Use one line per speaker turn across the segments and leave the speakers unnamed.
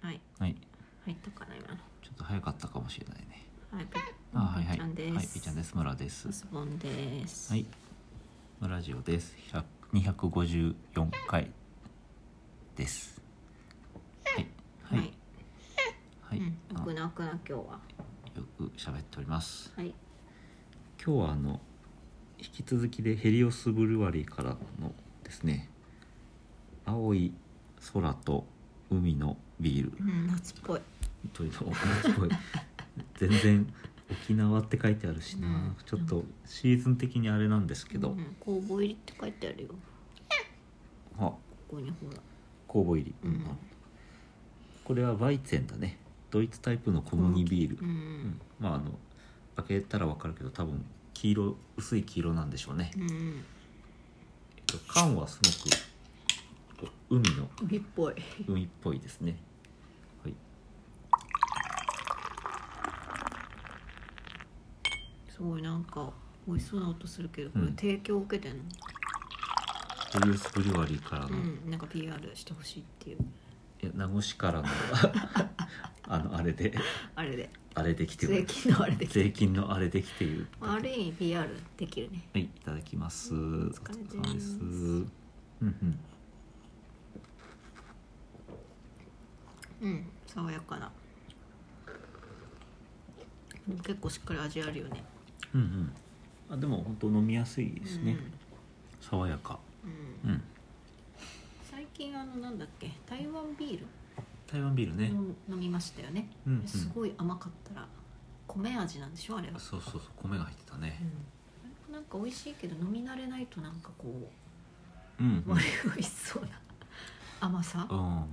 はい
はい
入ったかな今の
ちょっと早かったかもしれないね
はいピ
あはい
ピ
はい
ちゃんです
はいピーちゃんです村です
ッスボンです
はいラジオです100 254回ですはい
は、
はいいはい、
うん、
あ
よく泣くな今日は
よく喋っております
はい
今日はあの引き続きでヘリオスブルワリーからのですね青い空と海のビール
うん夏っぽい
というのをすごい全然沖縄って書いてあるしな、
うん
ちょっとシーズン的にあれなんですけど、
うん、酵母入りって書いてあるよこ
あ
こにほら
酵母入り、
うん
これはワイツェンだねドイツタイプの小麦ビール、
う
うん
ん、
まああの開けたらわかるけど多分黄色薄い黄色なんでしょうね、
うん、
えっと缶はすごく海の
海っぽい
海っぽいですねはい
すごいなんか美味しそうな音するけどこれ
うん
提供受けてんの、
ヘリオスブリュワリーからの、
うん、なんか PR してほしいっていう
え名護市からの あのあれで
あれで
あれできて
税
る
金のあれで
税金のあれできている
ある意味 PR できるね
はいいただきますお
うん
疲
疲れて
れ様
ま
ですすうんうん
うん爽やかなでも結構しっかり味あるよね
うんうんあでも本当飲みやすいですね、爽やか
うんうん
うん
最近あのなんだっけ台湾ビール
台湾ビールね、
を飲みましたよね、
うんうん
すごい甘かったら米味なんでしょあれは、
そうそうそう米が入ってたね
うん、なんか美味しいけど飲み慣れないとなんかこ
うん
う
うん
悪いしそうな甘さ、
う
うん
ん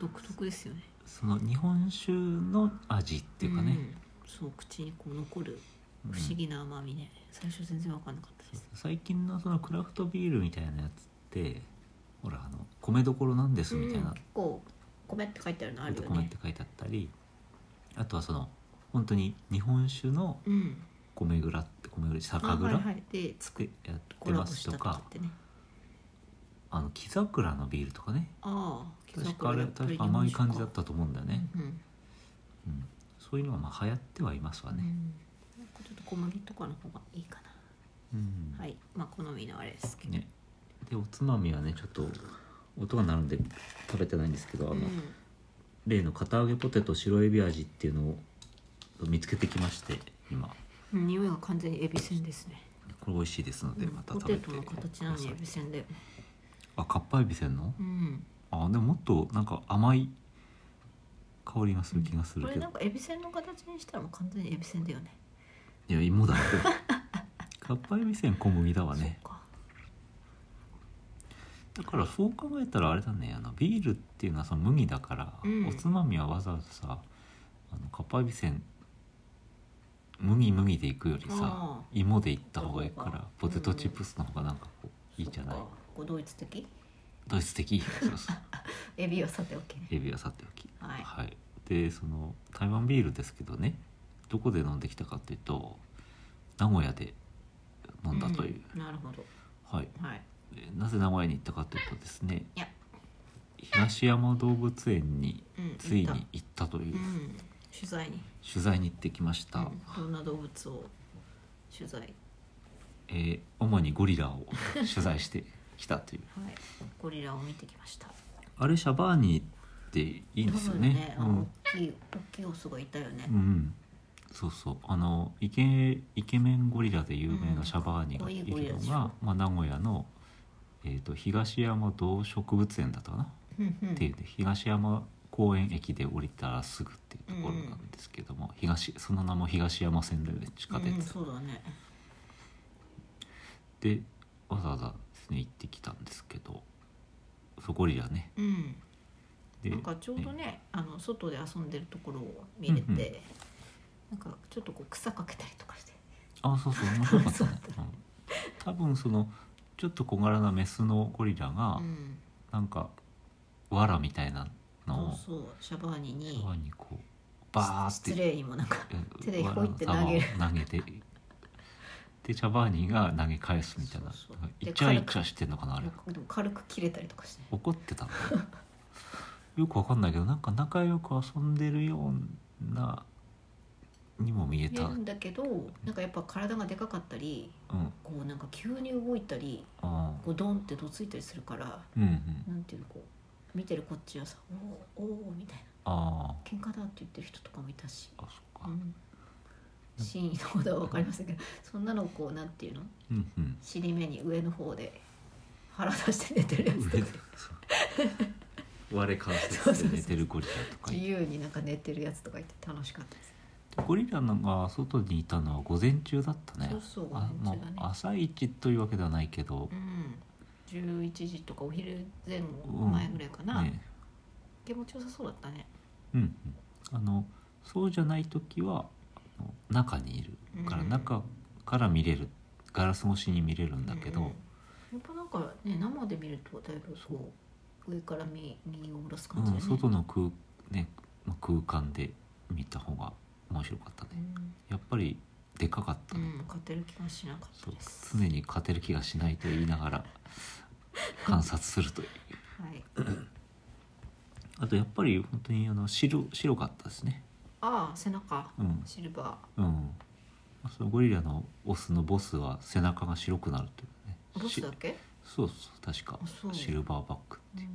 独特ですよね
その日本酒の味っていうかね、
んそう口にこう残る不思議な甘みね、最初全然分かんなかったです
最近のそのクラフトビールみたいなやつってほらあの米どころなんですみたい
うん
な
結構米って書いてあるのあ
「
るよ
米」っ
ね
て書いてあったりあとはその本当に日本酒の
うん
米蔵って米蔵酒
あはい
蔵
はいで
作ってやっ
コ
て
ラボ
ます
した
と
とか
か
ってね
あの木桜のビールとかね
ああ
確かあれ確か甘い感じだったと思うんだよね、
うん、うん
うん、そういうのがまあ流行ってはいますわ
う
ね、
んなんかちょっと小麦とかの方がいいか
うん
なはいまあ好みのあれですけど、
ねでおつまみはねちょっと音が鳴るんで食べてないんですけどあ
う
の、
ん、
例の片揚げポテト白エビ味っていうのを見つけてきまして今
うん匂いが完全にエビせんですね、
これ美味しいですのでまた
ポテ
食べ
ト
て
の形なのにエ
くだ
ビ
さい
せんで
あかっぱエビせんの
うん
あでももっとなんか甘い香りがする気がす
こ
る
れ
けど
なん、かエビせんの形にしたらもう完全にエビせんだよね
いや芋だね かっぱエビせん小麦だわね
そうか
だからそう考えたらあれだねあのビールっていうのはその麦だから、
うん
おつまみはわざわざさあのカッパエビせん麦麦でいくよりさ
あ
芋でいった方がいいから
そ
ポ
うか
テトチップスの方がなんかこういいじゃない、
そっかこうドイツ的
ドイツ的そうそう
エビはさておきね
エビはさておき
はい
でその台湾ビールですけどねどこで飲んできたかっていうと名古屋で飲んだという、
うんなるほど
はい
はい
えーなぜ名古屋に行ったかというとですね
いや
東山動物園に
うん
つい
行っ
に行ったという
たうん取材に
取材に行ってきました、
うんどんな動物を取材はい
えー主にゴリラを取材してきた という
ゴリラを見てきました
あれシャバーニっていいんですよね
多
う
分
ん
ね、あの大きい大きいオスがいたよね
うん、うんそうそうあのイケイケメンゴリラで有名
うん
なシャバーニがい
かっこいい
る
ゴ
の
リ
が
ラ、
まあ、名古屋の、えー、と東山動植物園だったかな
うんうん
っていうね東山公園駅で降りたらすぐっていうところなんですけども、東その名も東山線だよね地下
うん、
鉄、
そうだね
でわざわざですね行ってきたんですけどそうゴリラね
うん
で
なんかちょうどねあの外で遊んでるところを見れて、
うんうん
なんかちょっとこう草かけたりとかして
あそうそう面白 かった
楽
ね
し、
うん、多分そのちょっと小柄なメスのゴリラが、
うん、
なんかわらみたいな
そ
のを
うそうシャバーニに
川にこうバーって
失礼にもなんか
うん
手でひょいって投げる
わらの玉を投げてでチャバーニが投げ返すみたいな
そうそう
イチャイチャしてんのかなあれ
でも軽く切れたりとかして
怒ってたのよくわかんないけどなんか仲良く遊んでるようなにも見え
見え
た、う
る
ん、
んだけどなんかやっぱ体がでかかったり
あ
こうなんか急に動いたり
あ
こうドンってどついたりするから
うんうん
なんていうのこう見てるこっちはさ「おーおー」みたいな
あ
「喧嘩だ」って言ってる人とかもいたし、
ああそっ
う
か
ん、真意のことは分かりませんけどそんなのをこうなんていうの
うん うん
尻目に上の方で腹出して寝てるやつとか
上でそう 割れ関節で寝てるゴリラとかい
自
て
由になんか寝てるやつとかいて楽しかったです
ゴリラが外にいたのは午前中だったね
そうそう午前
あ
中だね
まあ朝一というわけではないけど
う、ん11時とかお昼前後
うん
前ぐらいかな、
ね
気持ちよさそうだったね
うんうん、あのそうじゃない時はあの中にいるから
うん
中から見れるガラス越しに見れるんだけど、
うんうんやっぱなんかね生で見るとだいぶこう上から見見下ろす感じ
う
だ
ん
ね、
外の空,、ね、の空間で見た方が面白かった
う
ね
ん
やっぱりでかかった
う
ね、
ん、勝てる気がしなかった
そう
です。
常に勝てる気がしないと言いながら観察するという
はい。
あとやっぱり本当にあの白白かったですね
ああ、背中、
うん
シルバ
うんそのゴリラのオスのボスは背中が白くなるというね
ー。ボス
し
だっけ？
そうそう確か
あそう
シルバーバック
うん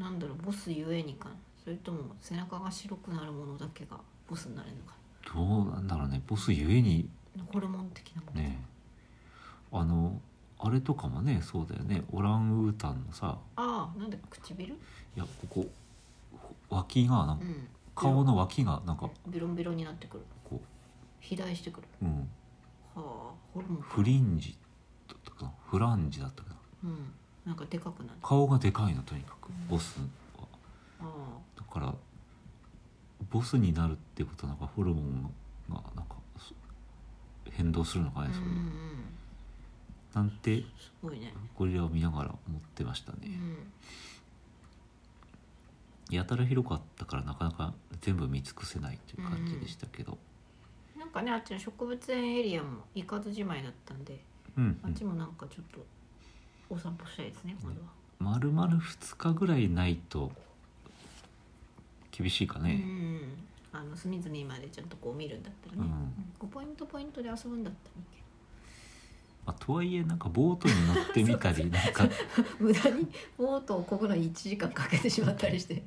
なんだろう、ボスゆえにかな。それとも背中が白くなるものだけがボスになれるのか
どうなんだろうねボスゆえに
な。ホルモン的なもの。
ねあのあれとかもねそうだよねオランウータンのさ
ああ、なんだ唇？
いやここ脇がなん
う
か
ん。
顔の脇がなんか
ベロンベロンになってくる。
こ
肥大してくる。
う、うん、
はあ、ホルモンか。
フリンジだったかなフランジだったかな
うん。なんかでかくなる。
顔がでかいのとにかく
うん
ボスは
あ
だからボスになるってことはなんかホルモンがなんかそ変動するのか
あ。
ね
うんう
それ
ん。
なんて
すごいね。
ゴリラを見ながら思ってました
う
ね
ん。
やたら広かったからなかなか全部見尽くせないという感じでしたけど
なんかね、あっちの植物園エリアも行かずじまいだったんで、
うん、
あっちもなんかちょっとお散歩したいですね、今度は。
まるまる2日ぐらいないと厳しいか
うんう
ね
ん、あの隅々までちゃんとこう見るんだったらね、
うん
こうポイントポイントで遊ぶんだったらいいけ
まあ、とはいえなんかボートに乗って みたりなんか
ど無駄にボートをこぐのに1時間かけてしまったり して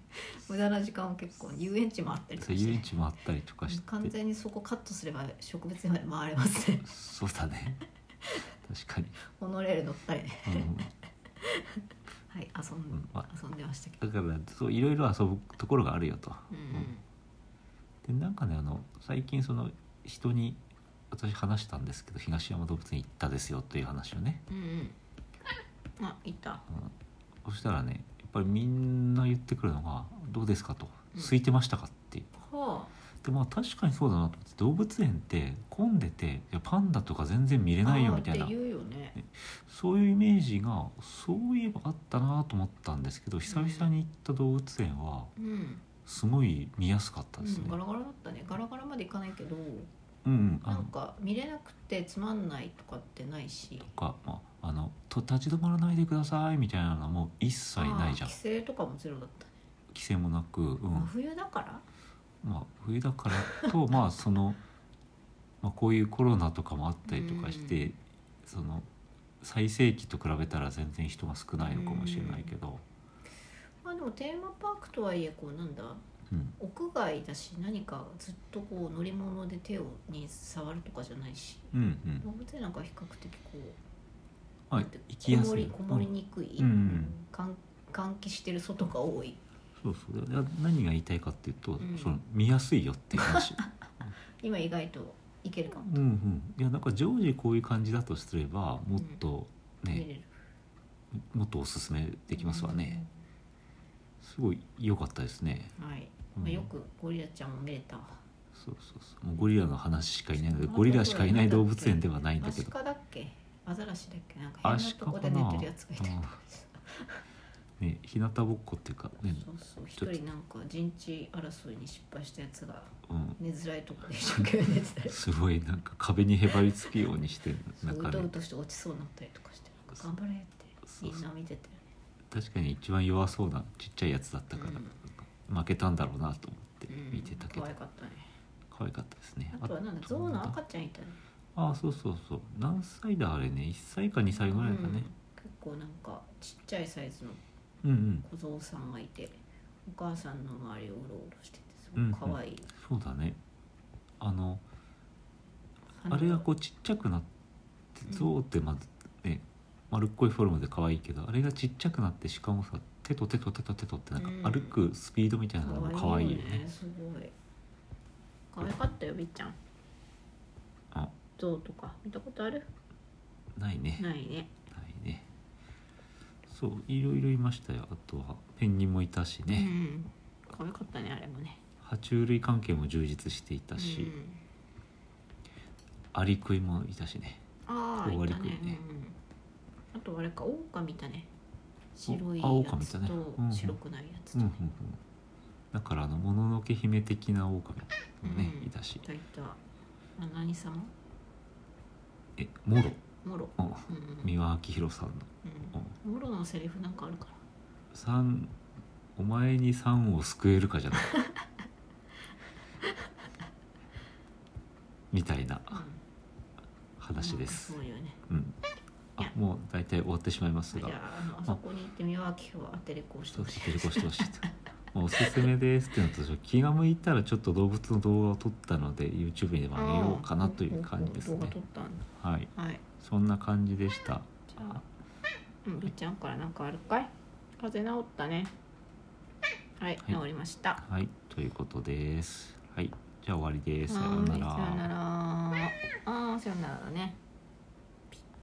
無駄な時間を結構遊園地もあったりと
そ
か
う
して
遊園地もあったりとかし
完
て
全にそこカットすれば植物園まで回れます ね
そうだね確かに、
モノレール乗ったりね
うん、
はい遊ん,、
んま
遊んでましたけど、
だからそういろいろ遊ぶところがあるよと。
うん
でなんかねあの最近その人に私話したんですけど東山動物園行ったですよという話をね、
うん、うんうんあいた
うんそしたらねやっぱりみんな言ってくるのが「どうですか?」と「
うん
空いてましたか?」っていう。
は
でまあ確かにそうだなと思って動物園って混んでていやパンダとか全然見
あ
れないよみたい
あー
な
って言うよね
そういうイメージがそういえばあったなと思ったんですけど久々に行った動物園は
うん、
すごい見やすかった
う
ですね
ん、。ガラガラだったねガラガラまで行かないけど
うんうん、あ
な
の
んか見れなくてつまんないとかってないし
か、まあ、あのと立ち止まらないでくださいみたいなのも一切ないじゃん
あー規制とかもゼロだったね、
規制もなく、うん
真冬だから
まあ、冬だから とまあその、まあ、こういうコロナとかもあったりとかして、その最盛期と比べたら全然人が少ないのかもしれないけど、
まあでもテーマパークとはいえこうなんだ
うん
屋外だし何かずっとこう乗り物で手をに触るとかじゃないし
うんうん
動物園なんか比較的こ
まあ
なんて
行
う
きや
こも
すい、
りこもり
うん
にくい、
うんうん
換換気してる外が多い
そうそうで何が言いたいかっていうと、
ん
その見やすいよってい う話
今意外といけるかも、
うんうんいやなんか常時こういう感じだとすればもっとね、
見れる
もっとおすすめできますわね、、すごい良かったですね
うんはい、
うん
まあ、よくゴリラちゃんも見れたわ
そうそうそうもうゴリラの話しかいないのでゴリラしかいない動物園ではないんだけど
アシカだっけアザラシだっけなんか
ア
変な
シ
と
カ
こ
か
で
な
寝てるやつがいたりとか
ね日向ぼっこっていうかね、
そうそう
ちょっと
一人なんか陣地争いに失敗したやつが
うん、
寝づらいとこで一生懸命寝てたり
すごいなんか壁にへばりつくようにして
そ
な
うんう
か
とう
ね
として落ちそうになったりとかしてなんか頑張れって
そう
みんな見てて、ね、
確かに一番弱そうなちっちゃいやつだったから、
うん
なんか負けたんだろうなと思って見てたけど、
可愛かったね
可愛かったですね
あとはなんだ
あ
ゾウの赤ちゃんいたね
あそうそうそう何歳だあれね1歳か2歳ぐらいだね、
結構なんかちっちゃいサイズの
うん、うん
小僧さんがいてお母さんの周りをうろうろしててす
うんうん
ごい可愛い、
そうだねあのあれがこうちっちゃくなって
うん
象ってまずね丸っこいフォルムで可愛いけどあれがちっちゃくなってしかもさ手と手と手と手とってなん
うん
か歩くスピードみたいなのも可愛いよね,、
すごい可愛かったよみっちゃん
あ
ゾウとか見たことある
ないねな
ないね
いねそういろいろいましたよあとはペンギンもいたし
う
ね、
ん可愛かったねあれもね
爬虫類関係も充実していたし、
うん
アリクイもいたしね
ああ
終わ
い
り
た
くい
ね
ね
うんあとあれかオオカミたね白いや
あ狼い
つ
たね
と
うんうん
白くないやつ
う
と
ん
ね、
うんうんだからあのもののけ姫的な狼もね、
うん
いたし
いたいたあ何様
えモロ
モロ、
うん
うんうん
三輪明宏さんの
うんモロのセリフなんかあるから
三お前に三を救えるかじゃないみたいな
うん
話です
なんか。そうよね
うん。
い
あ
や
もう大体終わってしまいます
じゃ
が、
ああのあそこに行って三輪明宏は当てれこうし
ち
て
ょ
ほ
っ
し
と
い
テレコしてほしいと。もうおすすめですっていうのと気が向いたらちょっと動物の動画を撮ったので YouTube にでも上げようかなという感じです
動画
ね
撮。ったんだ
はい、
はい
そんな感じでした。
じゃあうんりっちゃんからなんかあるかい風邪治ったねはい、
はい
治りました
はい、ということです。はい、じゃあ終わりです。さよ
は
う
ーいさ
な
よ
ら
な。らああーさよならだね